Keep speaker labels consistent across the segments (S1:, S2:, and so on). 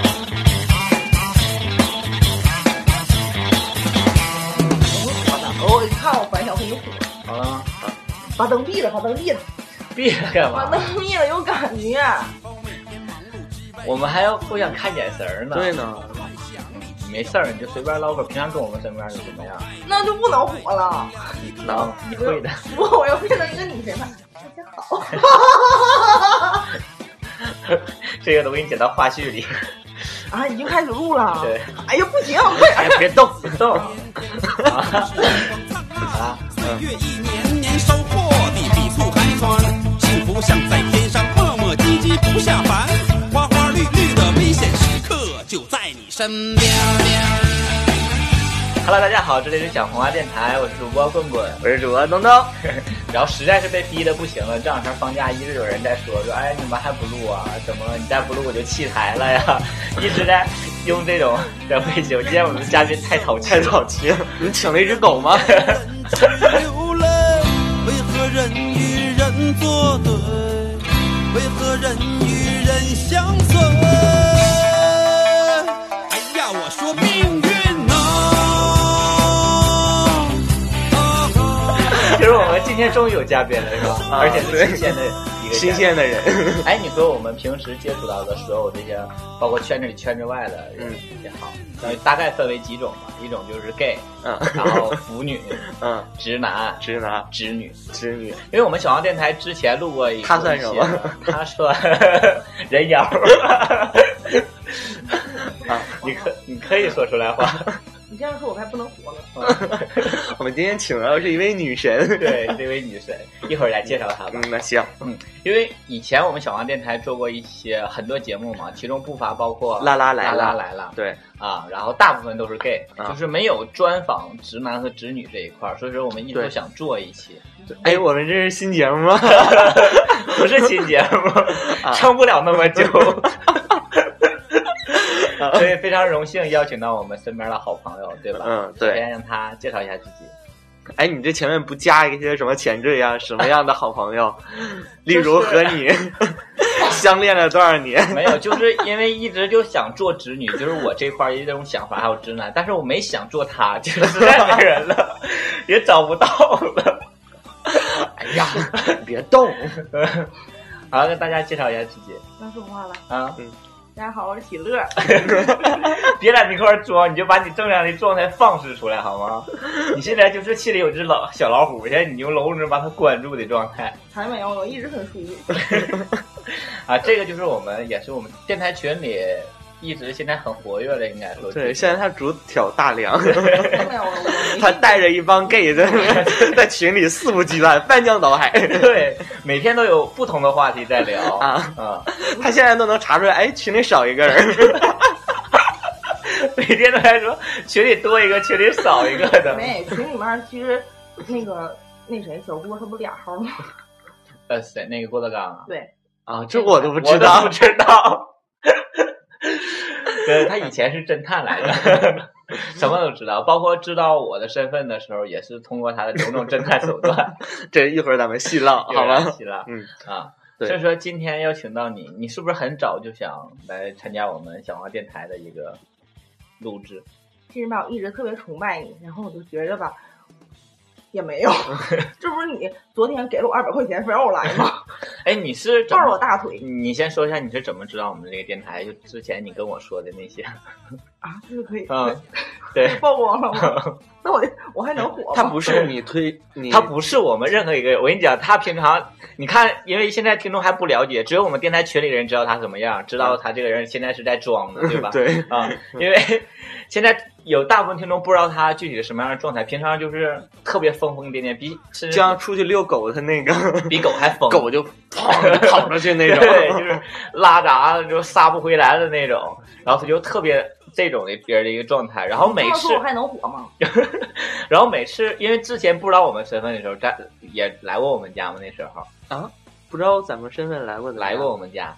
S1: 哦
S2: 啊，
S1: 把灯闭了，把灯闭了，
S2: 闭了干
S1: 把
S2: 嘛？
S1: 灯闭了有感觉。
S2: 我们还要互相看眼神儿呢。
S3: 对，呢，
S2: 没事儿，你就随便唠会儿，平常跟我们身边就怎么样？
S1: 那就不恼火了。
S2: 能，你会的。
S1: 我我要变成一个女 神了，大家好。
S2: 这个都给你剪到花絮里。
S1: 啊，已经开始录了。
S2: 对。
S1: 哎呀，不行，快点
S2: 哎，别动，别 动。啊啊，
S4: 岁月一年年收获的比醋还酸，幸福像在天上磨磨唧唧不下凡，花花绿绿的危险时刻就在你身边。
S2: ！Hello，大家好，这里是小红花电台，我是主播棍棍。
S3: 我是主播 东东，
S2: 然后实在是被逼的不行了，这两天放假一直有人在说说，哎，你们还不录啊？怎么你再不录我就弃台了 呀？一直在用这种的背景。今天我们嘉宾太淘气，太淘气了。
S3: 你们请了一只 狗吗？
S4: 流泪，为何人与人作对？为何人与人相随？哎呀，我说命运呐、
S2: 就是我们今天终于有嘉宾了，是吧？
S3: 啊
S2: 而且是新鲜的一个嘉宾
S3: 新鲜的人，
S2: 哎，你和我们平时接触到的所有这些，包括圈子里、圈子外的人
S3: 嗯
S2: 也好，然后大概分为几种吧。一种就是 gay，
S3: 嗯
S2: 然后腐女、
S3: 嗯，
S2: 直男、
S3: 直男
S2: 直女。
S3: 直女，
S2: 因为我们小王电台之前录过一个，
S3: 他算什 么？
S2: 他算人 妖。
S3: 啊，
S2: 你可你可以说出来 话。
S1: 你这样说，我还不能活了。
S3: 我们今天请到的是一位女神，
S2: 对，这位女神，一会儿来介绍她吧。
S3: 嗯，那行，
S2: 嗯，因为以前我们小王电台做过一些很多节目嘛，其中不乏包括
S3: 拉拉来
S2: 拉
S3: 了
S2: 拉来了，
S3: 对，
S2: 啊，然后大部分都是 gay，、
S3: 啊
S2: 就是没有专访直男和直女这一块儿，所以说我们一直都
S3: 对
S2: 想做一期，
S3: 哎，我们这是新节目吗？
S2: 不是新节目，
S3: 啊
S2: 撑不了那么 久，所以非常荣幸邀请到我们身边的好朋友，对吧？
S3: 嗯 对
S2: 先让他介绍一下自己。
S3: 哎，你这前面不加一些什么前缀啊？什么样的好朋友？例如和你 相恋了多少年？
S2: 没有，就是因为一直就想做直女，就是我这块儿一种想法，还有直男，但是我没想做他，就是实在没人了， 也找不到了。
S3: 哎呀，别动！
S2: 好，跟大家介绍一下自己
S1: 那说话了。
S2: 啊，
S1: 大家好，我是喜 乐。
S2: 别在那块儿装，你就把你正常的状态放肆出来好 吗？你现在就是心里有只老小老虎，现在你用笼子把它关住的状态
S1: 还没有，我一直很舒 服。
S2: 啊，这个就是我们也是我们电台群里一直现在很活跃的，应该说
S3: 对，现在他主挑大梁，
S1: 还没有，我我没
S3: 他带着一帮 gay 在在群里肆无忌惮，翻江倒海。
S2: 对每天都有不同的话题在聊
S3: 啊
S2: 啊。
S3: 他现在都能查出来，哎，群里少一个人。
S2: 每天都在说群里多一个，群里少一个 的。
S1: 没群里面其实那个那谁小郭他不俩号吗？
S2: 呃，谁？那个郭德纲啊？
S1: 对，
S3: 啊，这我都不
S2: 我
S3: 知
S2: 都
S3: 道
S2: 不。知道。对，他以前是侦探来的， 什么都知道，包括知道我的身份的时候，也是通过他的种种侦探手段
S3: 这一会儿咱们细唠，好
S2: 吧
S3: 吧？？
S2: 起了
S3: 嗯
S2: 啊。
S3: 对
S2: 所以说今天邀请到你，你是不是很早就想来参加我们小黄电台的一个录制？
S1: 其实吧，我一直特别崇拜你，然后我就觉着吧，也没 有，这不是你昨天给了我二百块钱，非让我来 吗？
S2: 哎，你是怎
S1: 抱
S2: 么
S1: 着我大腿
S2: 你先说一下你是怎么知道我们这个电台？就之前你跟我说的那 些，
S1: 啊，这个 可以
S2: 嗯，对，
S1: 曝光了吗？ 那我我还能火
S3: 他
S1: 吗？
S3: 不是你推你，
S2: 他不是我们任何一个，我跟你讲，他平常你看，因为现在听众还不了解，只有我们电台群里人知道他什么样，知道他这个人现在是在装的，对吧？
S3: 嗯对
S2: 啊，因为现在有大部分听众不知道他具体是什么样的状态，平常就是特别疯疯癫癫，比甚至
S3: 就像出去遛狗，他那个
S2: 比狗还疯，
S3: 狗就砰就跑出去那种。
S2: 对，就是拉闸就杀不回来的那种，然后他就特别这种的别人的一个状态，然后每
S1: 这么
S2: 次
S1: 说我还能火吗？
S2: 然后每次因为之前不知道我们身份的时候，在也来过我们家嘛，那时候
S3: 不知道咱们身份来过的
S2: 来过我们家，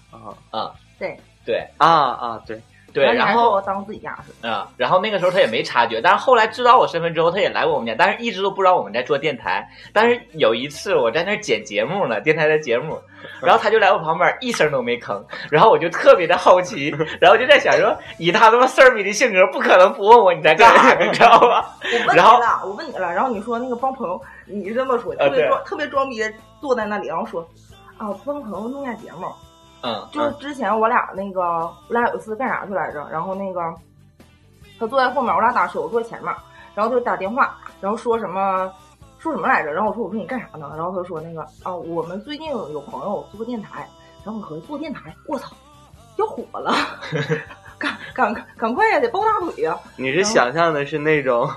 S3: 啊
S1: 对
S2: 对
S3: 啊啊！对，
S2: 对，
S1: 那你还
S2: 然
S1: 说
S2: 后
S1: 我当自己家 似的，
S2: 啊、然后那个时候他也没察觉，但是后来知道我身份之后，他也来过我们家，但是一直都不知道我们在做电台。但是有一次我在那儿剪节目呢，电台的节目，然后他就来我旁边一声都没吭，然后我就特别的好奇，然后就在想说，以他他妈事儿逼的性格，不可能不问我你在干啥，你知道吧？
S1: 我问你
S2: 然后
S1: 了，我问你了，然后你说那个帮朋友，你是这么说，
S2: 啊
S1: 特别
S2: 对
S1: 装、特别装逼的坐在那里，然后说啊，帮朋友弄下节目，
S2: 嗯，
S1: 就是之前我俩那个，我俩有一次干啥去来着？然后那个他坐在后面，我俩打球，我坐前面，然后就打电话，然后说什么说什么来着？然后我说我说你干啥呢？然后他就说那个啊，我们最近有朋友做电台，然后我合计做电台，我操，要火 了，赶赶赶快呀，得抱大腿呀！
S3: 你是想象的是那种，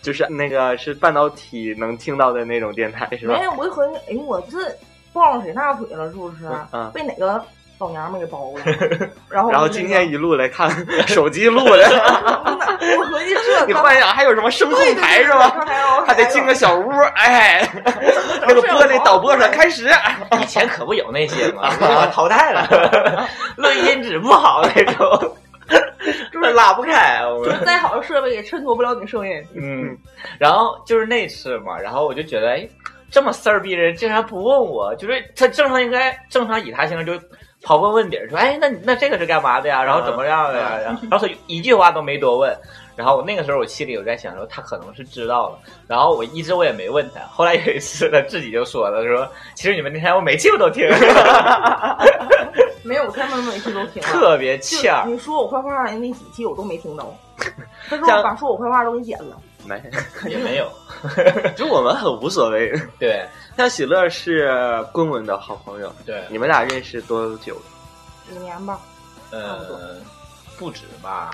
S3: 就是那个是半导体能听到的那种电台是吧
S1: 没？有，我就合计，哎呦，我这抱上谁大腿了？是不是？
S3: 嗯。
S1: 被哪个老娘们给包了？ 然后
S3: 然后
S1: 我就
S3: 今
S1: 那个
S3: 天一路来 看手机录的，
S1: 我合计这
S3: 你
S1: 他妈
S3: 幻想还有什么声 控台是吧？？还得 进个小屋， 哎，那个玻璃导播说开始，
S2: 以前可不有那些嘛，我淘汰了， 录音质不好那种，就是拉不开我们。
S1: 再好的设备也衬托不了你声音。
S2: 嗯，然后就是那次嘛，然后我就觉得，哎，这么事儿逼人，竟然不问我，就是他正常应该正常以他性格就刨根问底儿说，哎，那你那这个是干嘛的呀？然后怎么样的呀？然后然后他一句话都没多问。然后我那个时候我心里有在想说，他可能是知道了。然后我一直我也没问他。后来有一次他自己就说了，说其实你们那天我每期我都听，
S1: 没有，他们每期都听了。
S2: 特别
S1: 就
S2: 欠儿。
S1: 你说我坏话的那几期我都没听到，他说
S2: 像
S1: 我把说我坏话都给剪了。
S3: 没，
S2: 也没有
S3: 就我们很无所谓。
S2: 对
S3: 像喜乐是棍棍的好朋友，
S2: 对，
S3: 你们俩认识多久？
S1: 五年吧，
S2: 呃，不止吧，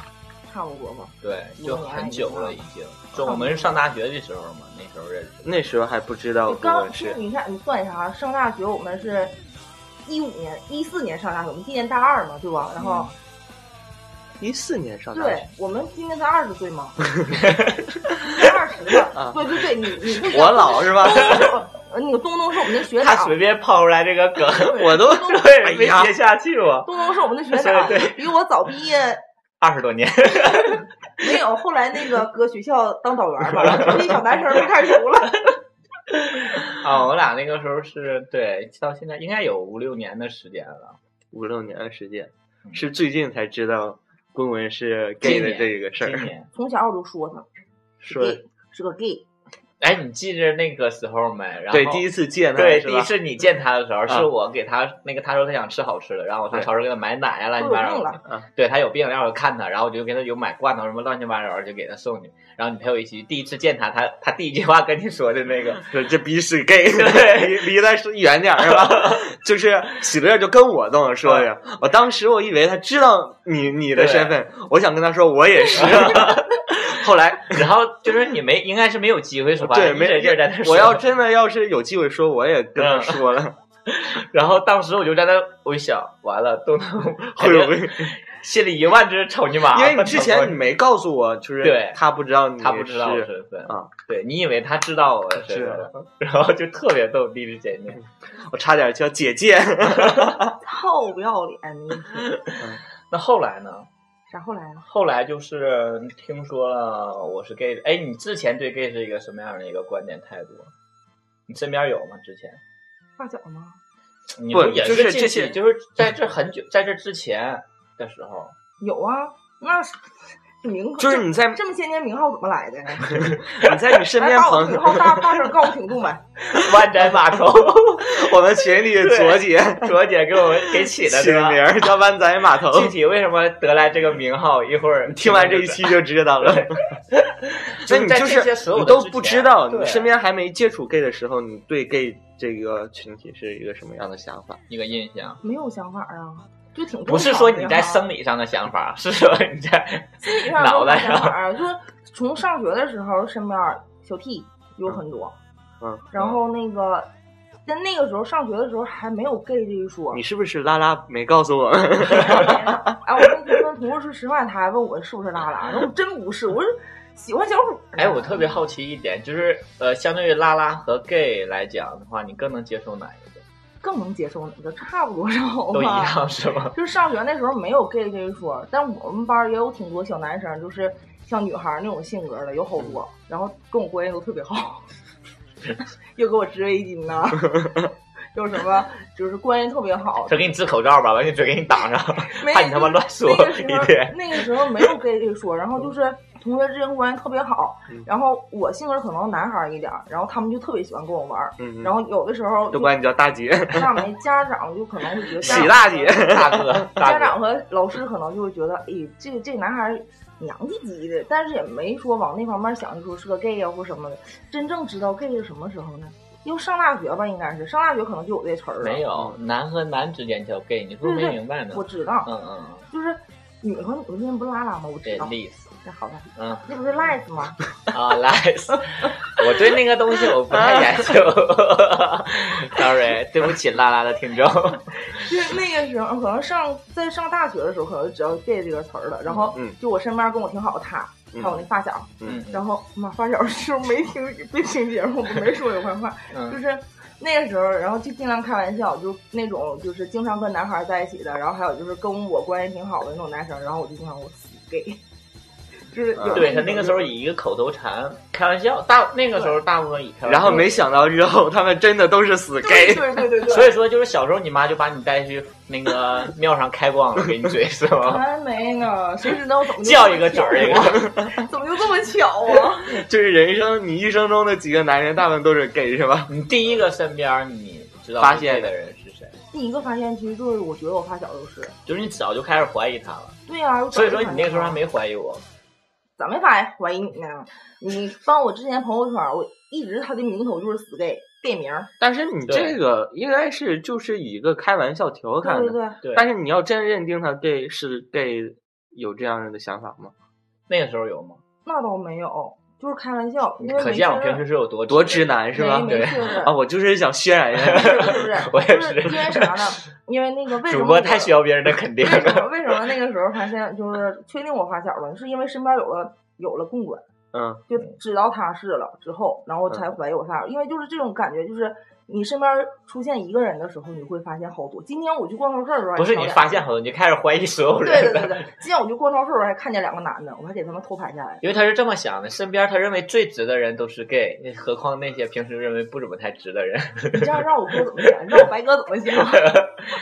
S1: 差不多吧。
S2: 对，就很久了已经。就我们是上大学的时候嘛，那时候认识。
S3: 那时候还不知道
S1: 你
S3: 棍
S1: 刚
S3: 棍是
S1: 你看你算一下啊，上大学我们是一五年、一四年上大学，我们今年大二嘛，对吧？然后
S3: 一四年上大
S1: 对
S3: 学，，
S1: 我们今年才二十岁嘛，才二十
S3: 啊
S1: 了。对对对，你你那个
S3: 我老是吧？
S1: 呃那个东东是我们的学
S2: 他
S1: 长，
S2: 随便抛出来这个梗，
S3: 我都
S2: 对，
S3: 哎
S2: 没
S3: 呀
S2: 接，下去我
S1: 东东是我们的学长
S2: 对对，
S1: 比我早毕业
S2: 二十多年，
S1: 没有，后来那个搁学校当导员吧，然后那小男生被开除了。
S2: 啊，我俩那个时候是对，到现在应该有五六年的时间了。
S3: 五六年的时间，是最近才知道棍棍是 gay 的这个事
S2: 今
S3: 儿。
S2: 年，
S1: 从小我就说他
S3: 说
S1: gay 是个 gay，
S2: 哎，你记着那个时候没？然后
S3: 对第一次见他，
S2: 对
S3: 是
S2: 第
S3: 吧
S2: 一次你见他的时候，
S3: 啊
S2: 是我给他那个他说他想吃好吃的，然后我上
S3: 对嗯
S2: 超市给他买奶啊，乱七
S1: 我
S2: 八
S1: 有
S2: 糟
S1: 病
S2: 的。
S1: 了。
S2: 对他有病，让我看他，然后我就给他有买罐头什么乱七八糟的，就给他送去。然后你陪我一起，第一次见他，他他第一句话跟你说的那个，
S3: 这这逼是 gay，离 离他是远点儿 是吧？就是喜乐就跟我这么说的，我当时我以为他知道你你的
S2: 嗯对嗯
S3: 身份，我想跟他说我也是，啊 后来
S2: 然后就是你没，应该是没有机会说话，
S3: 对
S2: 一
S3: 没
S2: 直劲儿在那说。嗯
S3: 我要真的要是有机会说，我也跟他说 了，
S2: 然后当时我就在那，我一想，完了，东东
S3: 会不会？
S2: 心里一万只草泥马？
S3: 因为你之前你没告诉我，就是
S2: 对
S3: 他不知道 你
S2: 他不知道我
S3: 是
S2: 身份
S3: 啊，
S2: 对你以为他知道我的身份了， 然后就特别逗，第一次见
S3: 嗯
S2: 面。
S3: 我差点叫 姐姐。
S1: 操不要脸！你
S2: 那后来呢？
S1: 啥后来啊？
S2: 后来就是听说了我是 gay，的哎，你之前对 gay 是一个什么样的一个观点态度？你身边有吗？之前
S1: 发小吗？
S2: 你
S3: 不
S2: 也
S3: 就是
S2: 近
S3: 这
S2: 期
S3: 些
S2: 就是在这很久，在这之前的时候，
S1: 有啊，那是名号
S3: 就是你在
S1: 这么些年名号怎么来的？
S3: 你在你身
S1: 来
S3: 边
S1: 把我
S3: 朋
S1: 名
S3: 友，
S1: 号大大声告诉听众们，
S2: 万载码 头。
S3: 我们群里左姐
S2: 卓姐给我们给哎起的，
S3: 起
S2: 对
S3: 的
S2: 吧？
S3: 名儿叫湾仔码头，
S2: 具体为什么得来这个名号，一会儿
S3: 听完这一，期就知道了。 那你
S2: 在
S3: 就
S2: 这些
S3: 是
S2: 所有
S3: 你
S2: 的
S3: 都
S2: 之
S3: 不
S2: 前
S3: 知道，
S2: 对
S3: 你身边还没接触 gay 的时候，你对 gay 这个群体是一个什么样的想法？
S2: 一个印象。
S1: 没有想法啊，就挺
S2: 不是
S1: 正常
S2: 说
S1: 的
S2: 你在
S1: 呀
S2: 生理上的想法，是说你在
S1: 心理上
S2: 脑袋
S1: 有想法儿，啊就是从上学的时候，身边儿小 T 有很多，
S3: 嗯，
S1: 然后那个在那个时候上学的时候还没有 gay 这一
S2: 哦
S1: 说
S3: 你。是不是拉拉没 告诉我们？
S1: 哎，我那天跟同事吃吃饭，他还问我是不是拉拉，然后我真不是，我是喜欢小虎。
S2: 哎，我特别好奇一点，就是呃，相对于拉拉和 gay 来讲的话，你更能接受哪一个？
S1: 更能接受哪个，差不多少
S2: 都一
S1: 吧。
S2: 样是吗？
S1: 就是上学那时候没有 gay 这一说，但我们班儿也有挺多小男生，就是像女孩儿那种性格的有好
S2: 嗯
S1: 多， 然后跟我关系都特别好，又给我织围巾呐，就是什么，就是关系特别好，
S2: 说给你治口罩吧，完就嘴给你挡着，
S1: 没
S2: 怕你他妈乱说一天。
S1: 那个时候没有跟你说，然后就是同学之间关系特别好，
S2: 嗯
S1: 然后我性格可能男孩儿一点儿，然后他们就特别喜欢跟我玩儿，
S3: 嗯，
S1: 然后有的时候
S3: 都管你叫大姐，
S1: 上面家长就可能会觉得
S3: 喜大姐，
S2: 大哥，
S1: 家
S2: 大哥，
S1: 长和老师可能就会觉得，哎，这个这个男孩儿娘唧唧的，但是也没说往那方面想，就说是个 gay 啊或什么的。真正知道 gay 是什么时候呢？又上大学吧，应该是上大学可能就有这词儿了。
S2: 没，有男和男之间叫 gay，你是不
S1: 对
S2: 是
S1: 对
S2: 没
S1: 对
S2: 明白呢？
S1: 我知道，
S2: 嗯嗯，
S1: 就是女和女之间不拉拉吗？我知
S2: 这
S1: 道，
S2: 意思，
S1: 那好吧，
S2: 嗯
S1: 那不是 lies 吗？
S2: 啊，lies，我对那个东西我不太研究 ，sorry，对不起，拉拉的 听众。
S1: 就是那个时候，可能上在上大学的时候，可能就知道 gay 这个词儿了。然后
S3: 嗯嗯，
S1: 就我身边跟我挺好的他，还有我那发小，
S2: 嗯，
S1: 然后妈发小是不是没听别听节目，没说有坏话，
S2: 嗯
S1: 就是那个时候，然后就尽量开玩笑，就那种就是经常跟男孩在一起的，然后还有就是跟我关系挺好的那种男生，然后我就经常我死 gay，就是有
S2: 对
S1: 种
S2: 他那个时候以一个口头禅开玩笑，大那个时候大部分以开玩笑
S3: 然后没想到日后他们真的都是死
S1: 对
S3: gay，
S1: 对对对对，
S2: 所以说，就是小时候你妈就把你带去那个庙上开光了，给你嘴是 吗？
S1: 还没呢，谁知道怎么就
S2: 叫一个准儿一
S1: 这么
S2: 个，
S1: 巧啊， 怎么就这么巧啊？
S3: 就是人生你一生中的几个男人，大部分都是 gay 是吧？
S2: 你第一个身边你知道
S3: 发现
S2: 的人是谁？
S1: 第一个发现其实就是我觉得我发小就是，
S2: 就是你早就开始怀疑他了，
S1: 对啊呀、我早
S2: 所以
S1: 就
S2: 说你那个时候还
S1: 发现了
S2: 没怀疑我。
S1: 咋没发现怀疑你呢？你翻我之前朋友圈，我一直他的名头就是死 gay gay 名儿，
S3: 但是你这个应该是就是以一个开玩笑调侃
S1: 对对
S3: 的，
S1: 对。
S2: 对，
S3: 但是你要真认定他 gay 是 gay，有这样的想法吗？
S2: 那个时候有吗？
S1: 那倒没有，就是开玩笑，因为
S2: 可
S1: 没
S2: 见
S1: 事
S2: 我平时
S1: 儿啊
S2: 是有多
S3: 多直，男是吧
S1: 没？
S2: 对哦
S1: 没事儿
S3: 啊，我就是想渲染一下，
S1: 是不是？
S2: 我也
S1: 就是因为啥呢？因为那个为什么
S2: 主播
S1: 我
S2: 太需要别人的肯定
S1: 为什
S2: 了。
S1: 么为什么那个时候发现就是确定我发小了，是因为身边有了有了共管，
S3: 嗯，
S1: 就知道他是了之后，然后才怀疑我发小，
S2: 嗯
S1: 因为就是这种感觉，就是你身边出现一个人的时候，你会发现好多。今天我去逛超市的时候还
S2: 不是
S1: 看到
S2: 你
S1: 俩
S2: 发现好多，你就开始怀疑所有
S1: 对对
S2: 人
S1: 对
S2: 了。
S1: 对，今天我去逛超市的时候还看见两个男的，我还给他们偷拍下来。
S2: 因为他是这么想的，身边他认为最直的人都是 gay，那何况那些平时认为不怎么太直的人。
S1: 你这样让我哥怎么想？你让我白哥怎么想？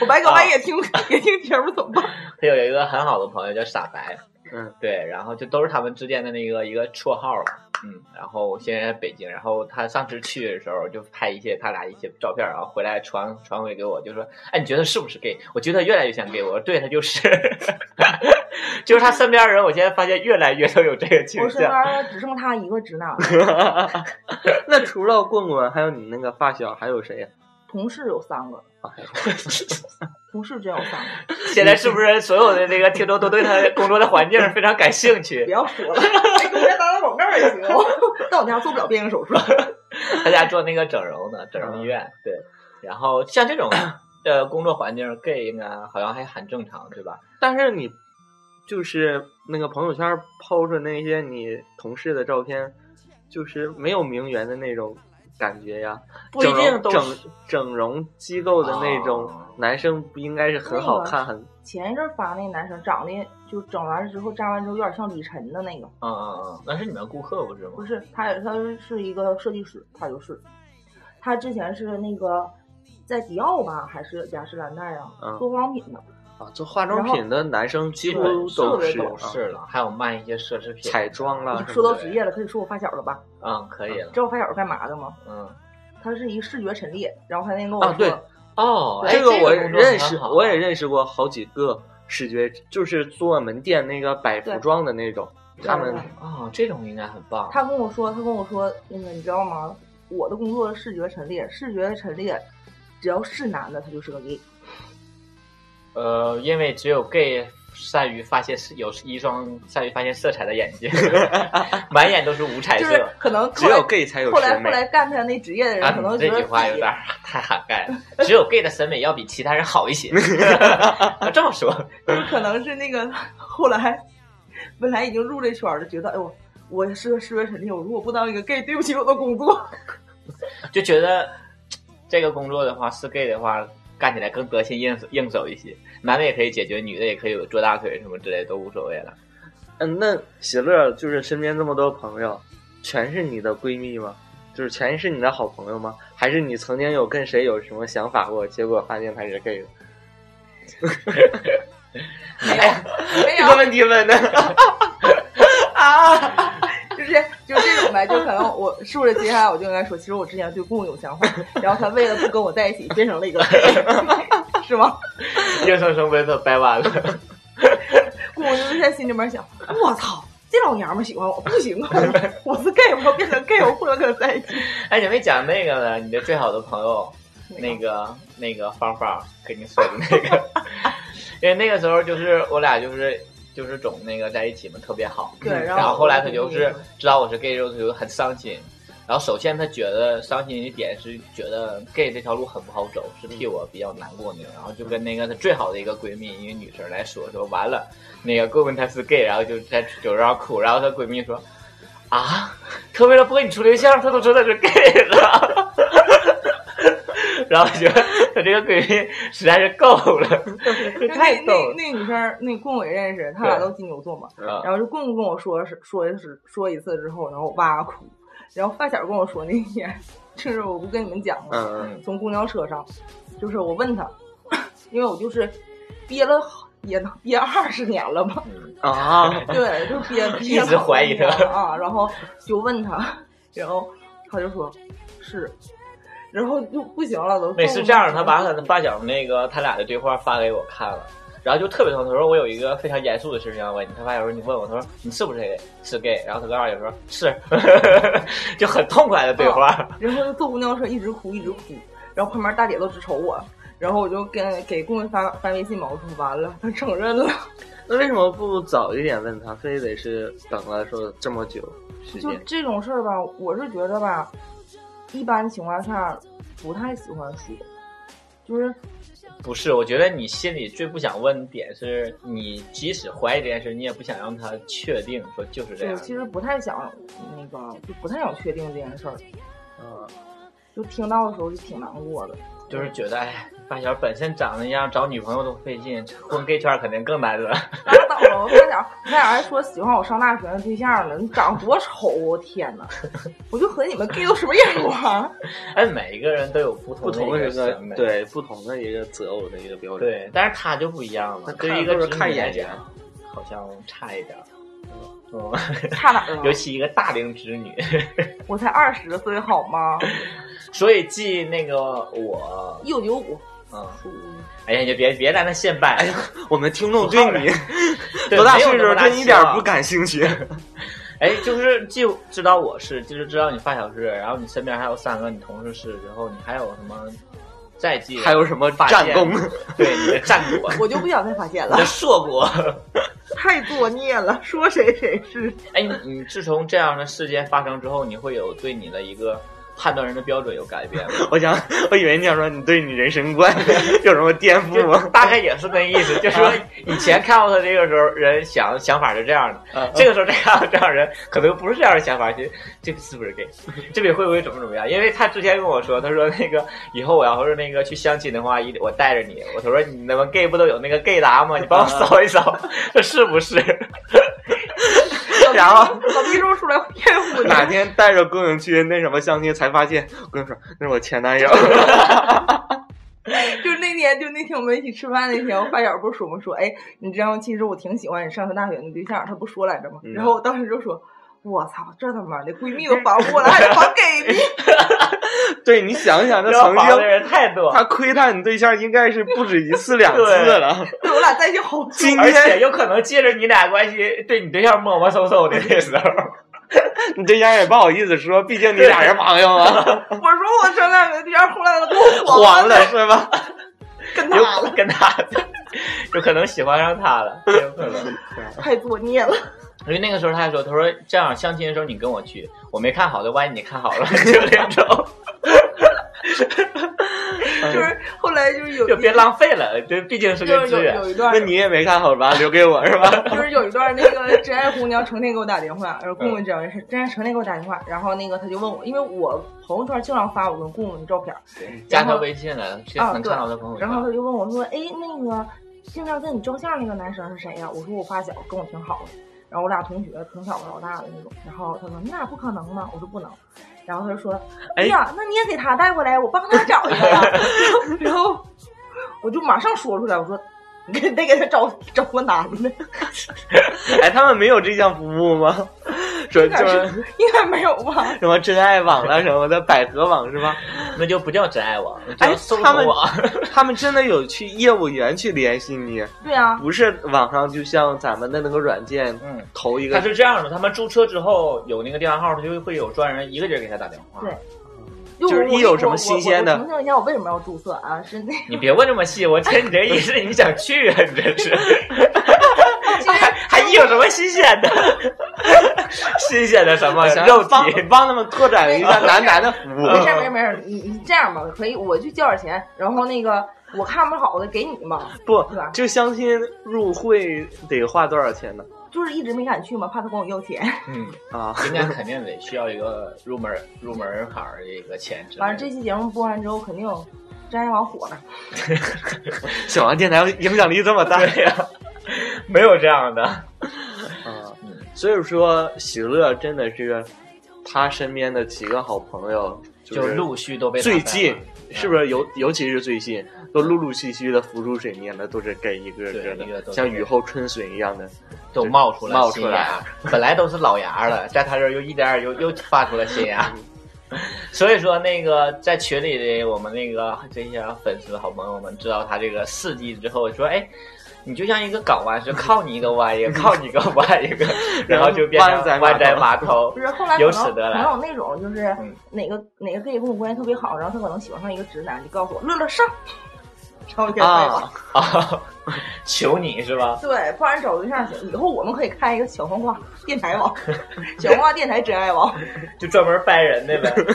S1: 我白哥万一也听 也听节目怎么办？
S2: 他有一个很好的朋友叫傻白，
S3: 嗯，
S2: 对，然后就都是他们之间的那个一个绰号吧，嗯，然后现在在北京，然后他上次去的时候就拍一些他俩一些照片，然后回来传传回给我，就说，哎，你觉得是不是 gay？我觉得越来越像 gay，我说对他就是， 就是他身边人，我现在发现越来越都有这个倾
S1: 我身边
S2: 向，
S1: 儿只剩他一个直男了，
S3: 那除了棍棍，还有你那个发小，还有谁呀、
S1: 同事有三 个，
S2: 哦
S1: 同事真有三个，
S2: 现在是不是所有的这个听众都对他工作的环境非常感兴
S1: 不
S2: 趣？
S1: 要说了，哎，给我家打打广告也 行。到我家做不了变性手术，
S2: 他家做那个整容的，整
S3: 嗯
S2: 容医院，对，然后像这种。的工作环境，gay 应该好像还很正常，对吧？
S3: 但是你就是那个朋友圈抛出那些你同事的照片，就是没有名媛的那种感觉呀。
S2: 不一定都
S3: 整容
S2: 是
S3: 整整容机构的那种
S2: 哦
S3: 男生，不应该是很好看很？
S1: 前一阵儿发那男生长得就整完之后扎完之后有点像李晨的那个，
S2: 嗯嗯嗯，那是你们顾客不是吗
S1: 不？是他，他是一个设计师，他就是，他之前是那个在迪奥吧还是雅诗兰黛啊
S3: 嗯
S1: 做化妆品的，
S3: 啊，做化妆品的男生几乎
S1: 特
S3: 都
S1: 别
S3: 是
S2: 都
S1: 懂
S3: 啊
S2: 是了，还有卖一些奢侈品、
S3: 彩妆
S2: 啊
S3: 啦
S1: 你说到职业了，可以说我发小了吧？
S2: 嗯，可以了
S1: 你，知道我发小是干嘛的吗？
S2: 嗯，
S1: 他是一视觉陈列，然后他那天跟我说，
S3: 啊。对，
S2: 哦，哎
S3: 这个我
S2: 工作
S3: 认识
S2: 很，好啊
S3: 我也认识过好几个视觉，就是做门店那个摆服
S1: 对
S3: 装的那种，他们
S1: 对
S2: 哦，这种应该很棒。
S1: 他跟我说，他跟我说，那个你知道吗？我的工作是视觉陈列，视觉陈列，只要是男的，他就是个 gay。
S2: 呃，因为只有 gay 善于发现有一双善于发现色彩的眼睛， 满眼都是五彩
S1: 就是
S2: 色。
S1: 可能
S3: 只
S1: 后来
S3: 有 gay 才有
S1: 后
S3: 审
S1: 来后
S3: 美。
S1: 来干他那职业的
S2: 啊，
S1: 人，可能
S2: 你
S1: 觉
S2: 这
S1: 得
S2: 句话
S1: 自
S2: 有
S1: 己
S2: 点儿太涵盖了。只有 gay 的审美要比其他人好一 些，要这么说。
S1: 就是 可能是那个后来本来已经入这圈儿了，觉得哎我我是个视觉陈列，我如果不当一个 gay，对不起我的工作。
S2: 就觉得这个工作的话是 gay 的话，干起来更得心应手应手一些。男的也可以解决，女的也可以有坐大腿什么之类都无所谓 了。
S3: 嗯，那喜乐就是身边这么多朋友，全是你的闺蜜吗？就是全是你的好朋友吗？还是你曾经有跟谁有什么想法过，结果发现他是 gay 的？
S1: 没有，没
S3: 这
S1: 有
S3: 个，问题问的啊！
S1: 就是就这种呗，就可能我是不是接下来我就应该说，其实我之前对共有想法，然后他为了不跟我在一起，变成了一个 gay，是吗？
S2: 硬生生被他掰弯了。
S1: 共就是在心里面想， 我操，这老娘们喜欢我不行 啊，我是 gay，我要变成 gay，我不能跟他在一起。
S2: 哎，你没讲那个呢？你的最好的朋友， 那个那个芳芳跟你说的那个，因为那个时候就是我俩就是就是总那个在一起嘛，特别好。
S1: 对，
S2: 然
S1: 后嗯
S2: 后后来他就是知道我是 gay 之后，他就很伤心。然后首先他觉得伤心的点是觉得 gay 这条路很不好走，是替我比较难过那种。然后就跟那个她最好的一个闺蜜，一个女生来说说，完了，那个棍棍他是 gay，然后就在酒桌上哭。然后她闺蜜说。啊，他为了不跟你处对象，他都说他是 gay 了。 然后我觉得他这个闺蜜实在是够了，这
S1: 那
S2: 太
S1: 那
S2: 逗
S1: 那
S2: 了。
S1: 那女生，那棍我也认识，他俩
S2: 对
S1: 都金牛座嘛。
S2: 啊
S1: 然后就棍棍跟我说是说一次说一次之后，然后我哇哭。然后发小跟我说那天，就是我不跟你们讲吗？
S3: 嗯嗯，
S1: 从公交车上，就是我问他， 因为我就是憋了憋了憋二十年了吧，
S2: 嗯
S3: 啊，
S1: 对，就憋憋
S2: 一直怀疑他
S1: 好多年了啊，然后就问他，然后他就说是，然后就不行了都。
S2: 每次这样，他把他的发小那个他俩的对话发给我看了，然后就特别疼。他说我有一个非常严肃的事情要问你。他发小说你问我，他说你是不是 gay？是 gay。然后他跟二姐说是， 就很痛快的对话。
S1: 然后就坐公交车一直哭一直哭，然后旁边大姐都直瞅我，然后我就跟给顾问发发微信嘛，我说完了，他承认了，
S3: 那为什么不早一点问他，非得是等了说这么久时
S1: 就
S3: 间？
S1: 这种事儿吧，我是觉得吧，一般情况下不太喜欢说，就是
S2: 不是，我觉得你心里最不想问的点是你即使怀疑这件事，你也不想让他确定说就是这
S1: 对，
S2: 样。
S1: 其实不太想那个，就不太想确定这件事儿，
S3: 啊，
S1: 就听到的时候就挺难过的。
S2: 就是觉得，哎，发小本身长得一样，找女朋友都费劲，混 gay 圈肯定更难了。
S1: 拉倒吧，我发小，我发小还说喜欢我上大学的对象呢，你长多丑，啊我天哪！我就和你们 gay 都什么样啊？
S2: 哎，每一个人都有不
S3: 不
S2: 同
S3: 同
S2: 的
S3: 的
S2: 一
S3: 一个
S2: 审美，
S3: 对不同的一个择偶的一个标准。
S2: 对，但是他就不一样
S3: 他
S2: 了，
S3: 看
S2: 对于一个
S3: 就是
S2: 直女
S3: 看
S2: 来
S3: 眼
S2: 讲
S3: 缘，
S2: 好像差一点儿。嗯，
S1: 差哪儿了
S2: 尤？其一个大龄直女，
S1: 我才二十岁，好吗？
S2: 所以继那个我，
S1: 一九九五，
S2: 嗯，哎呀，你别别在那现掰，
S3: 哎我们听众对你
S2: 对
S3: 多大
S2: 没有
S3: 岁数
S2: 那么大
S3: 对你一点
S2: 希望
S3: 不感兴趣。
S2: 哎，就是既知道我是，就是知道你发小是，然后你身边还有三个你同事是，然后你还有什么再继，
S3: 还有什么
S2: 发
S3: 战
S2: 现
S3: 功？
S2: 对你的战果，
S1: 我就不想再发现
S2: 你
S1: 了
S2: 的，硕果。
S1: 太作孽了，说谁谁是。
S2: 哎，你你自从这样的事件发生之后，你会有对你的一个判断人的标准有改变吗？
S3: 我想，我以为你想说你对你人生 观有什么颠覆
S2: 就
S3: 吗？啊
S2: 大概也是那意思，就说以前看到他这个时候，人想想法是这样的，
S3: 嗯
S2: 这个时候再看到这样的人，可能不是这样的想法，就这个是不是 gay，这里会不会怎么怎么样？因为他之前跟我说，他说那个以后我要是那个去相亲的话，一定我带着你，我他说你那么 gay 不都有那个 gay 达吗？你帮
S3: 啊
S2: 我扫一扫，这是不是？
S3: 然后
S1: 老毕说出来骗我
S3: 哪
S1: 的，
S3: 天带着郭永去那什么相亲，才发现，我跟你说，那是我 前男友。
S1: 就是那天，就那天我们一起吃饭那天，我发小不是说吗？说，哎，你知道吗，其实我挺喜欢你上上大学那对象，他不说来着吗？
S3: 嗯
S1: 然后我当时就说，我操，这他妈的闺蜜 都防不过来，还得防 gay 蜜。
S3: 对你想想，他
S2: 要
S3: 曾
S2: 房的
S3: 经
S2: 人太多，
S3: 他窥探你对象应该是不止一次两次了。
S1: 对 我俩在一起好久，
S3: 今
S2: 而且
S3: 天
S2: 有可能借着你俩关系对你对象摸摸搜搜的那时候。
S3: 你对象也不好意思说，毕竟你俩人朋友啊，
S1: 我说我上大学对象，后来他跟 我
S3: 黄
S1: 黄
S3: 了，是吧？
S1: 跟他
S2: 有
S1: 了，
S2: 跟他，有可能喜欢上他了，也有可能。
S1: 太作孽了。
S2: 因为那个时候他还说，他说这样相亲的时候你跟我去，我没看好的，万一你看好了， 就那种，
S1: 就是后来就是有
S2: 嗯就别浪费了，这毕竟是
S1: 就
S2: 个
S1: 是
S2: 资
S1: 有
S2: 源。
S1: 有一段
S3: 那你也没看好吧？留给我是吧？
S1: 就是有一段那个真爱姑娘成天给我打电话，然后
S2: 嗯
S1: 顾问知道这事，真爱成天给我打电话，然后那个他就问我，因为我朋友圈经常发我跟顾问的照片，
S2: 加他微信了，是
S1: 啊
S2: 能
S1: 对
S2: 看到他朋友圈
S1: 然。后他就问我说，哎，那个经常跟你照相那个男生是谁呀、我说我发小，跟我挺好的，然后我俩同学，从小到大的那种。然后他说那不可能吗？我说不能。然后他就说：“
S3: 哎
S1: 哎呀，那你也给他带过来，我帮他找一个呀。” 然后我就马上说出来，我说：“你给得给他找找个男的，
S3: 哎，他们没有这项服务吗？ 说
S1: 应该
S3: 就是
S1: 应该没有吧？”
S3: 什么真爱网啊了什么的，百合网是吧？
S2: 那就不叫真爱网，那
S3: 哎
S2: 叫搜
S3: 他们
S2: 索网。
S3: 他们真的有去业务员去联系你，
S1: 对啊，
S3: 不是网上就像咱们的那个软件
S2: 嗯，
S3: 投一
S2: 他
S3: 个，
S2: 是这样的，他们注册之后有那个电话号，他就会有专人一个人给他打电话。
S1: 对
S3: 就
S1: 就是
S3: 一有什么新鲜的
S1: 我澄清一下，我为什么要注册啊？是那
S2: 你别问这么细，我听你这意思，你想去啊？你这是，还还一有什么新鲜的？ 新鲜的什么
S3: 我？想
S2: 肉
S3: 呃帮
S2: 体？
S3: 帮他们拓展一下男男的服务。
S1: 没事儿没事 儿没事儿，你你这样吧，可以，我去交点钱，然后那个我看不好的给你嘛，
S3: 不
S1: 对吧，
S3: 就相亲入会得花多少钱呢？
S1: 就是一直没敢去嘛，怕他管我要钱。
S2: 嗯，
S3: 啊，
S2: 今年肯定得需要一个入门入门槛儿的一个钱之类的。
S1: 完了，这期节目播完之后，肯定真爱网火了。
S3: 小王电台影响力这么大呀？
S2: 没有这样的。
S3: 啊，所以说喜乐真的是他身边的几个好朋友，
S2: 就是陆续都被
S3: 最近是不
S2: 是？
S3: 是尤尤其是最近都陆陆续续的浮出水面的，都是跟一个个
S2: 对一个
S3: 的
S2: 都是
S3: 像雨后春笋 一样的。
S2: 都冒出来
S3: 冒
S2: 新
S3: 出来
S2: 芽，本来都是老芽了，在他这儿又一点儿又又发出了新芽。 所以说，那个在群里的我们那个这些粉丝好朋友们知道他这个事迹之后，说：“哎，你就像一个港湾，是靠你一个弯一个，靠你一个弯一个， 然后就变
S3: 湾
S2: 成
S3: 仔
S2: 湾仔
S3: 码
S2: 码头
S1: 不。是后来可
S2: 由
S1: 能
S2: 此得
S1: 可
S2: 来
S1: 能有那种就是
S2: 嗯
S1: 哪个、哪个 gay 跟我关系特别好，然后他可能喜欢上一个直男，就告诉我乐乐上，然后就
S3: 啊，
S2: 啊，求你是吧？
S1: 对，不然找对象行。以后我们可以开一个小黄瓜电台 网，小黄瓜电台真爱网。
S2: 就专门掰人的呗。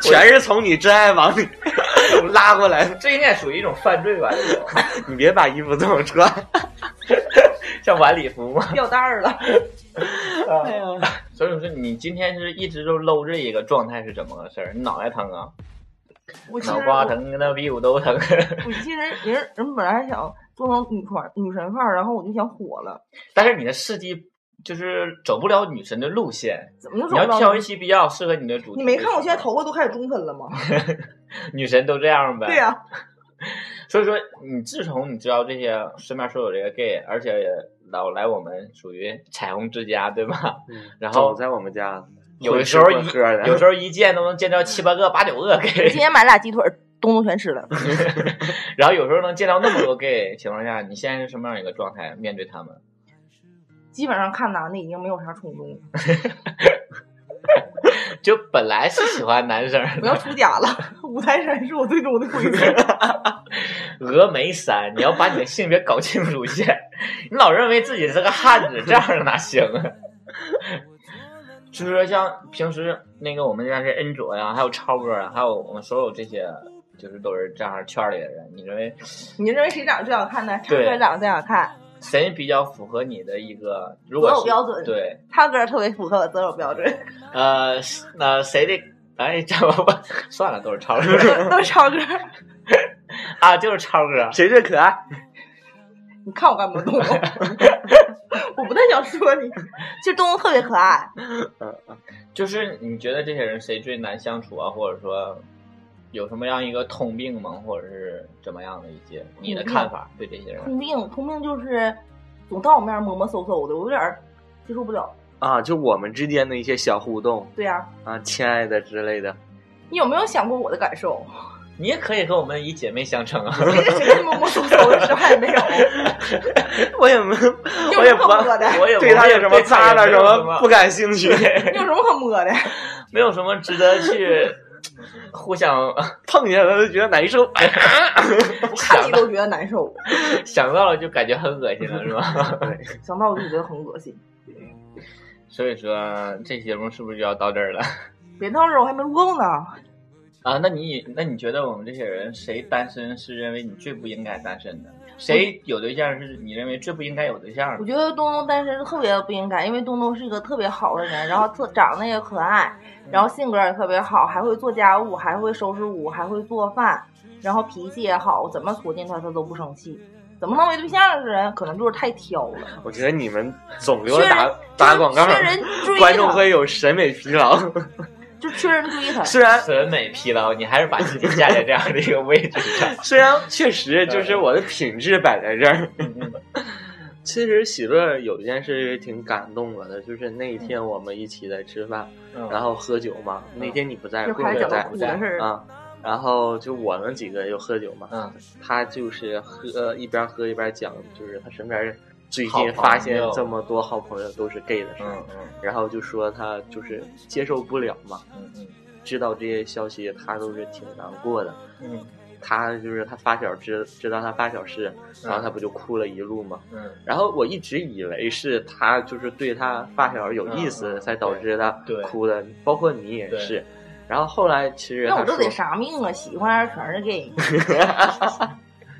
S3: 全是从你真爱网 里拉过来的。
S2: 这应该属于一种犯罪吧？这种
S3: 你别把衣服这 么穿。
S2: 像晚礼服吗？
S1: 掉蛋儿了，
S2: 啊所以说，你今天是一直都搂这一个状态是怎么个事儿？你脑袋疼啊，
S1: 我其实
S2: 脑瓜
S1: 我
S2: 疼，那屁股都疼。
S1: 我其实人人本来想做成女团女神范儿，然后我就想火了，
S2: 但是你的事迹就是走不了女神的路线，
S1: 怎么就
S2: 你要
S1: 找不到
S2: 挑一
S1: 呢？
S2: 期比较适合你的主题。
S1: 你没看我现在头发都开始中分了吗？
S2: 女神都这样呗？
S1: 对啊呀、
S2: 所以说，你自从你知道这些身边所有这个 gay，而且也老来我们属于彩虹之家，对吧？然后
S3: 总嗯在我们家，
S2: 有的时候
S3: 混
S2: 一
S3: 吃混喝的
S2: 有时候一见都能见到七八个、八九个
S1: 我
S2: gay，
S1: 今天买俩鸡腿儿，东东全吃了。
S2: 然后有时候能见到那么多 gay 情况下，你现在是什么样一个状态面对他们？
S1: 基本上看男的已经没有啥冲动了，
S2: 就本来是喜欢男生
S1: 我要
S2: 的，
S1: 出家了。 五台山是我最终的归 宿。
S2: 峨眉山，你要把你的性别搞清楚些，你老认为自己是个汉子，这样哪行啊？ 所以说，像平时那个我们家是恩卓呀，还有超哥啊，还有我们所有这些，就是都是这样圈里的人，你认为
S1: 你认为谁长得最好看呢？唱
S2: 对
S1: 歌长得最好看，
S2: 谁比较符合你的一个如果
S1: 择偶
S2: 是
S1: 标准
S2: 对，
S1: 唱歌特别符合我择偶标准，
S2: 呃，那谁的？哎，这我算了，都是超哥
S1: 都都是 超哥。
S2: 啊，就是超哥。
S3: 谁最可爱？
S1: 你看我干不 动，我不太想说你。其实东东特别可爱，
S2: 就是你觉得这些人谁最难相处啊，或者说有什么样一个通病吗？或者是怎么样的一些你的看法对这些人？
S1: 通病通病就是总到我面磨磨搜搜的，我有点儿接受不了。
S3: 啊，就我们之间的一些小互动
S1: 对呀、
S3: 啊，亲爱的之 类的。
S1: 你有没有想过我的感受？
S2: 你也可以和我们以姐妹相称啊。
S1: 谁跟谁磨磨搜搜的，啥也没有。
S3: 我也没，
S1: 你有
S3: 我
S1: 什
S3: 也
S1: 么
S3: 不
S1: 可摸的？
S2: 我也
S3: 对他有什么渣了
S2: 了
S3: 什么不感兴趣，
S1: 你有什么可摸的？
S2: 没有什么值得去 互相
S3: 碰见了就觉得难受。
S1: 我看你都觉得难受。
S2: 想到了就感觉很恶心了，是吧？
S1: 想到我就觉得很恶心。
S2: 所以说这节目是不是就要到这儿了？
S1: 别到时候我还没录够呢，
S2: 啊，那你那你觉得我们这些人谁单身是认为你最不应该单身的？谁有对象是你认为最不应该有对象
S1: 我
S2: 的？
S1: 觉得东东单身特别不应该，因为东东是一个特别好的人，然后特长得也可爱，然后性格也特别好，还会做家务，还会收拾屋，还会做饭，然后脾气也好，怎么搓进他他都不生气。怎么能没对象的人，可能就是太挑了，
S3: 我觉得你们总给我
S1: 缺人
S3: 打打广告
S1: 缺，人追
S3: 观众
S1: 他，
S3: 会有审美疲劳。
S1: 就缺人追他。
S3: 虽然
S2: 审美疲劳，你还是把自己架在这样的一个位置 上。
S3: 虽然确实就是我的品质摆在这儿。
S2: 嗯
S3: 其实喜乐有一件事挺感动我的，就是那一天我们一起在吃饭，
S2: 嗯
S3: 然后喝酒嘛。那天你不在，
S1: 就
S3: 贵
S1: 开始
S3: 贵
S1: 整
S3: 在
S1: 个哭的事儿，
S3: 啊。然后就我们几个又喝酒嘛，
S2: 嗯，
S3: 他就是喝一边喝一边讲，就是他身边最
S2: 好朋
S3: 近
S2: 友
S3: 发现这么多好朋友都是 gay 的事儿，
S2: 嗯嗯
S3: 然后就说他就是接受不了嘛，
S2: 嗯嗯
S3: 知道这些消息他都是挺难过的。
S2: 嗯
S3: 他就是他发小知知道他发小是，然后他不就哭了一路嘛。
S2: 嗯，
S3: 然后我一直以为是他就是对他发小有意
S2: 嗯
S3: 思，
S2: 嗯
S3: 才导致他
S2: 对对
S3: 哭的，包括你也是。然后后来其实
S1: 那
S3: 他
S1: 我都
S3: 说，
S1: 得啥命啊？喜欢全是 gay，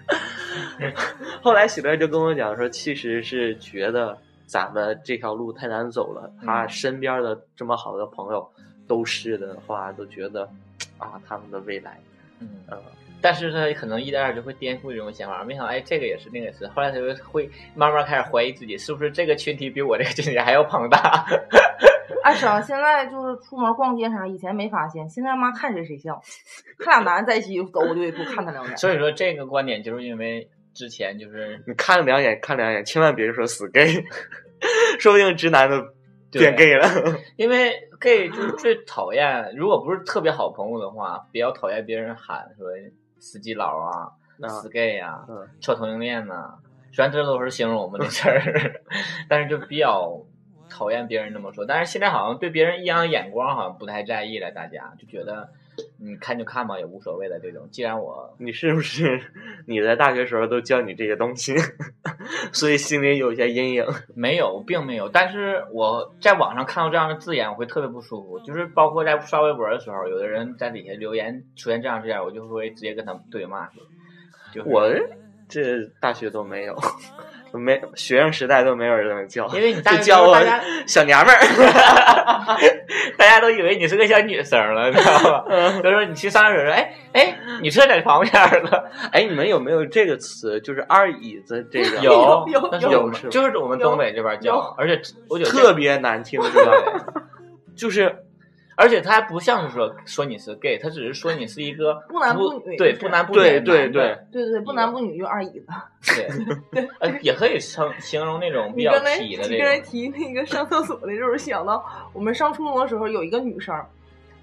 S3: 后来喜乐就跟我讲说，其实是觉得咱们这条路太难走了，
S1: 嗯
S3: 他身边的这么好的朋友都是的话，都觉得啊，他们的未来，
S2: 嗯
S3: 呃，
S2: 但是他可能一点点就会颠覆这种想法，没想到哎，这个也是，那个也是。后来他就会慢慢开始怀疑自己，是不是这个群体比我这个群体还要庞大？
S1: 哎，是啊，现在就是出门逛街啥，以前没发现，现在妈看谁谁笑，看俩男人在一起走，我就得多看他两眼。
S2: 所以说这个观点就是因为之前就是
S3: 你看两眼看两眼，千万别说死 gay，说不定直男都
S2: 对啊
S3: 变 gay 了。
S2: 因为 gay 就是最讨厌，如果不是特别好朋友的话，比较讨厌别人喊说死基佬啊、
S3: 啊
S2: 死 gay 啊、
S3: 嗯
S2: 臭同性恋呐、虽然这都是形容我们的事儿， 但是就比较讨厌别人这么说。但是现在好像对别人异样的眼光好像不太在意了，大家就觉得你看就看吧，也无所谓的这种。既然我
S3: 你是不是你在大学时候都教你这些东西， 所以心里有一些阴影？
S2: 没有，并没有，但是我在网上看到这样的字眼，我会特别不舒服。就是包括在刷微博的时候，有的人在底下留言出现这样字眼，我就会直接跟他们对骂去。就是
S3: 我这大学都没有，没学生时代都没有人这么叫，
S2: 因为你大
S3: 就
S2: 学
S3: 叫我
S2: 大家
S3: 小娘们儿。
S2: 大家都以为你是个小女生了，你知道吗？嗯 就说你去上厕所，哎哎，你厕在旁边了，
S3: 哎，你们有没有这个词？就是二椅子这个
S1: 有有
S2: 但是
S3: 有
S2: 我们
S3: 是吧
S2: 就是我们东北这边
S1: 有
S2: 叫，而且我觉得
S3: 特别难听，是
S2: 对
S3: 吧？就是
S2: 而且他还不像是说说你是 gay，他只是说你是一个
S1: 不男不女
S2: 对
S1: 就是
S2: 不男不女的
S3: 对对
S2: 男
S3: 对
S2: 的，
S1: 对对，不男不女就二椅子。
S2: 对 对，呃，也可以称形容那种比
S1: 你
S2: 较
S1: 刚才
S2: 痞的
S1: 你刚才
S2: 那种，
S1: 提那个上厕所的时候，想到我们上初中的时候有一个女生，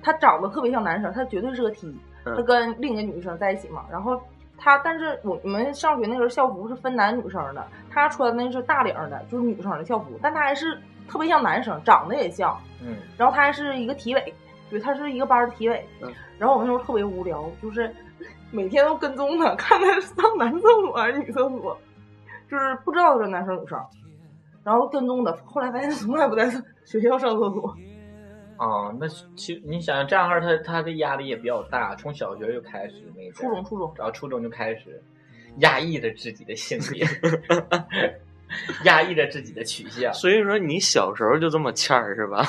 S1: 她长得特别像男生，她绝对是个 T，
S3: 嗯
S1: 她跟另一个女生在一起嘛，然后。她，但是我们上学那时候校服是分男女生的，她穿的是大领儿的，就是女生的校服，但她还是特别像男生，长得也像，
S2: 嗯
S1: 然后他还是一个体委，对，他是一个班儿的体委。
S3: 嗯
S1: 然后我那时候特别无聊，就是每天都跟踪他，看他上男厕所还是女厕所，就是不知道他是男生女生，然后跟踪他。后来发现他从来不在学校上厕所，
S2: 哦，那其实你想想这样的话，他他的压力也比较大，从小学就开始那个
S1: 初中，初中。
S2: 然后初中就开始压抑着自己的性 别，压抑着自己的取向。
S3: 所以说你小时候就这么欠儿是吧？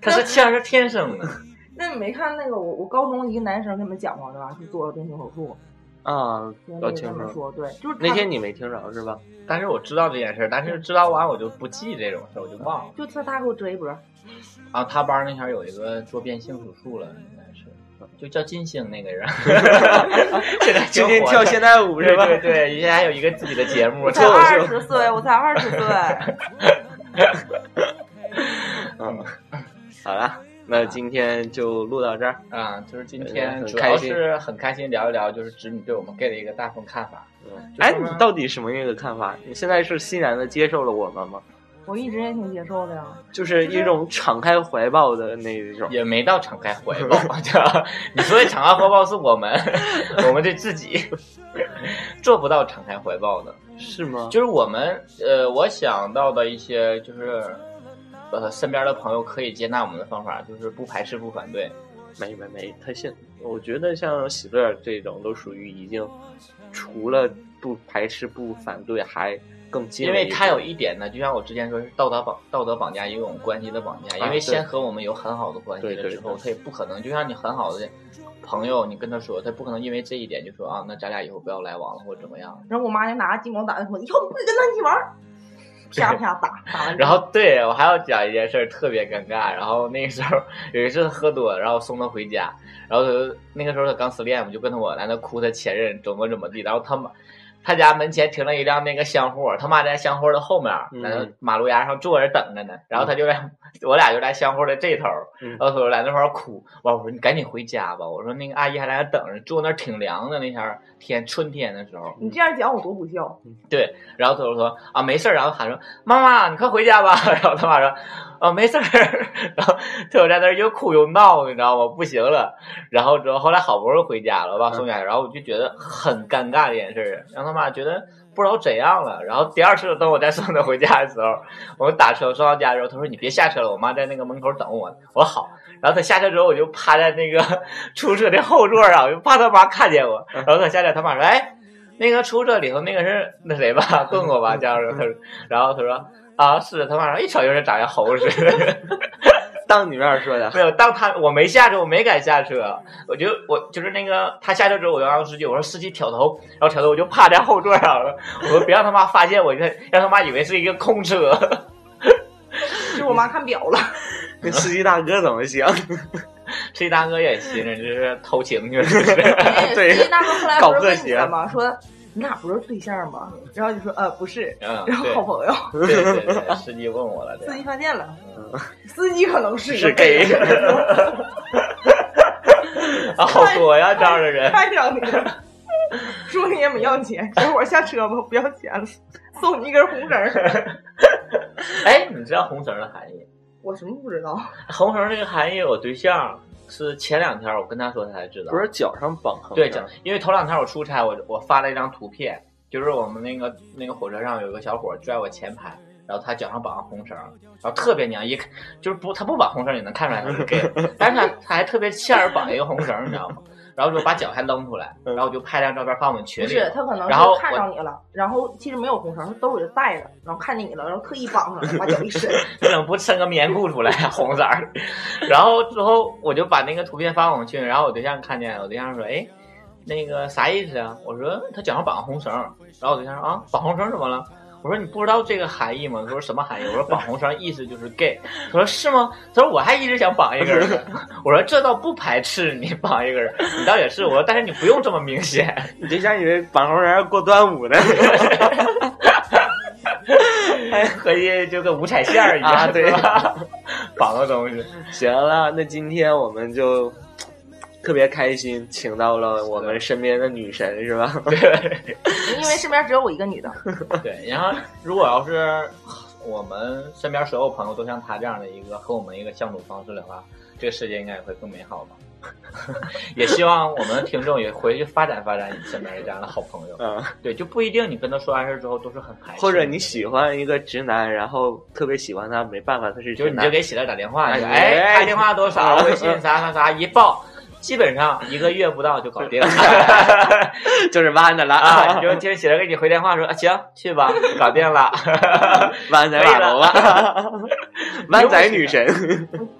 S2: 他是气儿是天生的，
S1: 那你没看那个我我高中一个男生跟你们讲过对吧？去做了变性手术，
S3: 啊，
S1: 听
S3: 我
S1: 你
S3: 听
S1: 这么说，
S3: 说。
S1: 对，就是
S3: 那
S1: 他
S3: 天你没听着 是吧？
S2: 但是我知道这件事儿，但是知道完我就不记这种事儿，我就忘了。
S1: 就他他给我折一波，
S2: 啊，他班儿那前儿有一个做变性手术了，应该是，就叫金星那个人，现在挺
S3: 今
S2: 火
S3: 天
S2: 的
S3: 跳现代舞
S2: 对
S3: 是吧？
S2: 对对，人家还有一个自己的节目
S1: 我，才
S3: 脱口
S1: 二
S3: 秀
S1: 十岁，我才二十岁，
S3: 嗯，好了，那今天就录到这儿。
S2: 啊，就是今
S3: 嗯
S2: 天
S3: 很
S2: 主
S3: 开
S2: 要
S3: 心
S2: 是很开心聊一聊，就是直女对我们 gay 的一个大众看法。就
S3: 哎，
S2: 是
S3: 你
S2: 呢
S3: 到底什么样一个看法？你现在是欣然的接受了我们吗？
S1: 我一直也挺接受的呀。
S3: 就是一种敞开怀抱的那种。
S2: 也没到敞开 怀抱，啊就你说的敞开怀抱是我们， 我们对自己 做不到敞开怀抱的。
S3: 是吗？
S2: 就是我们呃，我想到的一些就是呃，身边的朋友可以接纳我们的方法，就是不排斥、不反对。
S3: 没没没，他现我觉得像喜乐这种都属于已经除了不排斥、不反对，还更近
S2: 因
S3: 了一步。
S2: 为他有一点呢，就像我之前说，是道德绑道德绑架也有我们关系的绑架，
S3: 啊
S2: 因为先
S3: 对
S2: 和我们有很好的关系
S3: 对
S2: 了
S3: 对
S2: 之后，
S3: 对
S2: 他也不可能，就像你很好的朋友，你跟他说，他不可能因为这一点就说啊，那咱俩以后不要来往了或者怎么样。
S1: 然后我妈就拿鸡毛掸子说：“以后不许跟他一起玩儿。”啪啪打打完之
S2: 然
S1: 后，
S2: 后对我还要讲一件事儿特别尴尬。然后那个时候有一次他喝多了，然后送他回家，然后他就那个时候他刚失恋嘛，就跟他我在那哭他前任怎么怎么地，然后他妈。他家门前停了一辆那个厢货，他妈在厢货的后面，在那
S3: 嗯
S2: 马路牙上坐着等着呢。然后他就在，我俩就在厢货的这头，
S3: 嗯
S2: 然后他就在那块儿哭。完，我说你赶紧回家吧。我说那个阿姨还在那等着，坐那儿挺凉的，那天儿天春天的时候。
S1: 你这样讲我多不孝。
S3: 嗯
S2: 然后他就说啊没事儿，然后喊说妈妈你快回家吧， 然后他妈说啊没事儿， 然后他就在那儿又哭又闹，你知道吗？不行了，然后之后后来好不容易回家了，我把他送家，然后我就觉得很尴尬的一件事儿，让他妈觉得不知道怎样了。然后第二次等我再送他回家的时候，我们打车送到家之后，他说你别下车了，我妈在那个门口等我呢。我说好。然后他下车之后，我就趴在那个 出租车的后座上，我就怕他妈看见我。然后他下车，他妈说：“哎，那个出租车里头那个是那谁吧，棍棍
S1: 嗯
S2: 吧？”这样说，他说，然后他说：“啊，是。”他妈说：“一瞅就是长得猴似的。
S3: 当你面说 的”
S2: 没有，当他我没下车，我没敢下车，我就我就是那个他下车之后，我就让司机我说司机挑头，然后挑头我就趴在后座上了，我说别让他妈发现我，让让他妈以为是一个空车。
S1: 就是我妈看表了，
S3: 那司机大哥怎么想？
S2: 这大哥也寻思这是偷情去了，是 不是
S3: 对
S1: 所以大哥后来
S3: 搞
S1: 不是
S3: 破
S1: 问你
S3: 鞋
S1: 了吗？说你俩不是对象吗？然后你说呃不是，
S2: 嗯，
S1: 然后好朋友，
S2: 对对对对，司机问我了，
S1: 司
S2: 对
S1: 机，发现了，司机可能是
S3: 嗯是 gay，
S2: 啊，好多呀，这样的人，
S1: 看上你了，说你也没要钱，小伙儿下车吧，不要钱了，送你一根红绳儿。
S2: 哎，你知道红绳的含义？
S1: 我什么不知道？
S2: 红绳这个含义，我对象是前两天我跟他说，他才知道
S3: 不。是啊脚上绑横
S2: 对，
S3: 的
S2: 讲，因为头两天我出差，我我发了一张图片，就是我们那个那个火车上有个小伙拽我前排，然后他脚上绑个红绳，然后特别娘，一看就是不他不绑红绳也能看出来他是 gay，但是他他还特别欠儿绑一个红绳，你知道吗？然后就把脚还扔出来，
S3: 嗯
S2: 然后我就拍张照片发我们群
S1: 不
S2: 里。
S1: 是，他可能
S2: 然后
S1: 是看上你了，然后其实没有红绳，他兜里带着，然后看见你了，然后特意绑上了，把脚一伸。
S2: 你怎么不伸个棉裤出来呀、红色儿。然后之后我就把那个图片发过去，然后我对象看见了，我对象说：“哎，那个啥意思啊？”我说：“他脚上绑个红绳儿。”然后我对象说：“啊，绑红绳儿怎么了？”我说：“你不知道这个含义吗？”他说：“什么含义？”我说：“绑红绳儿意思就是 gay。”他说：“是吗？”他说：“我还一直想绑一根儿呢。”我说：“这倒不排斥你绑一根儿，你倒也是。”我说：“但是你不用这么明显。
S3: 你这下以为绑红人要过端午呢？
S2: 合计就跟五彩线儿一样，
S3: 啊对
S2: 是吧？ 绑个东西。
S3: 行了，那今天我们就特别开心，请到了我们身边的女神，是吧？
S1: 因为身边只有我一个女的，
S2: 对，然后如果要是我们身边所有朋友都像他这样的一个和我们一个相处方式的话，这个世界应该也会更美好吧。 也希望我们的听众也回去发展发展你身边的这样的好朋友。
S3: 嗯，
S2: 对，就不一定你跟他说完事儿之后都是很排斥，
S3: 或者你喜欢一个直男，然后特别喜欢他，没办法，他是
S2: 就是
S3: 直
S2: 你就
S3: 男。
S2: 给喜乐打电话，你说
S3: 哎
S2: 哎，他电话多少，
S3: 嗯
S2: 微信啥啥啥一报，基本上一个月不到就搞定 了
S3: 就是弯的了
S2: 啊！你就 听喜乐给你回电话说啊，行，去吧，搞定了。
S3: 湾仔码头吧， 湾啊仔女神，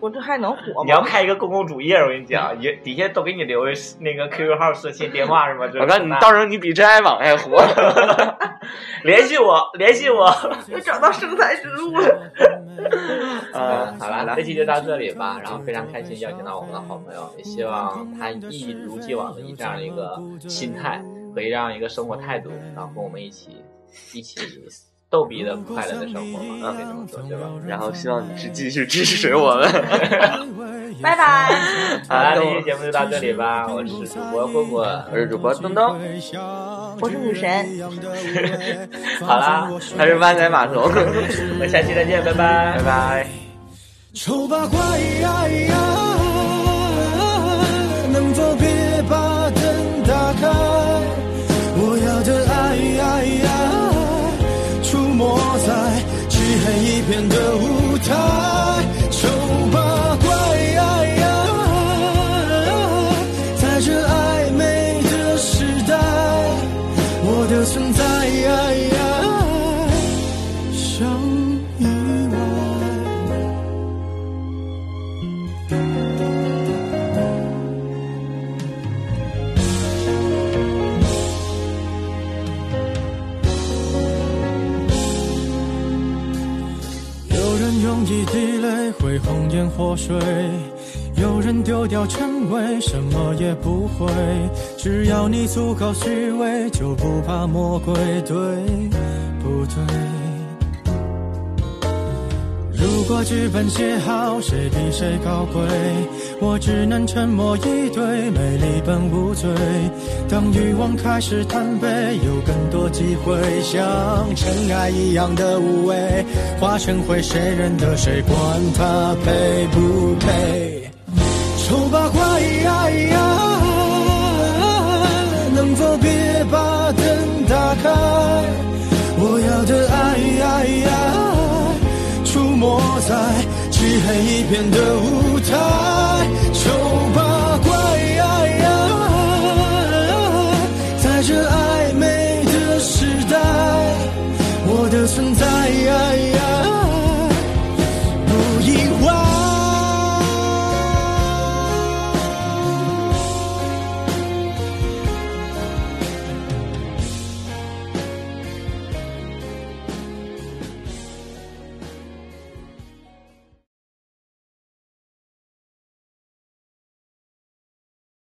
S1: 我我这还能活
S2: 你要
S1: 吗？
S2: 开一个公共主页，我跟你讲，也底下都给你留那个 QQ 号、私信、电话什么之类
S3: 我
S2: 的。
S3: 告诉你，到时候你比真爱网 还火。
S2: 联系我，联系我。
S1: 又找到生财之 路了。
S3: 啊，
S2: 嗯好了，这期就到这里吧。然后非常开心邀请到我们的好朋友，也希望他一如既往的以这样一个心态和这样一个生活态度，然后跟我们一起一起逗逼的快乐的生活嘛，嗯，可以这么说，对吧？
S3: 然后希望你是继续支持我们。
S1: 拜拜。
S2: 好了，这
S3: 跟我
S2: 期节目就到这里吧。我是主播混混，
S3: 我是主播 东东，
S1: 我是女神。
S2: 好啦，
S3: 他是湾仔码 头。
S2: 我们下期再见，拜拜，拜拜。
S5: 丑八怪呀呀，能否别把灯打开？我要的爱呀呀，出没在漆黑一片的舞台。丑八怪呀呀，在这暧昧的时代，我的存在呀呀，像意外。人用一滴泪会红颜祸水，有人丢掉称谓，什么也不会。只要你足够虚伪，就不怕魔鬼，对不对？如果剧本写好，谁比谁高贵？我只能沉默以对，美丽本无罪。当欲望开始贪杯，有更多机会，像尘埃一样的无畏，化成灰，谁认得谁？管他配不配？丑八怪呀呀，能否别把灯打开？我要的爱呀呀，出没在漆黑一片的舞台。丑八怪呀呀，在这暧昧的时代，我的存在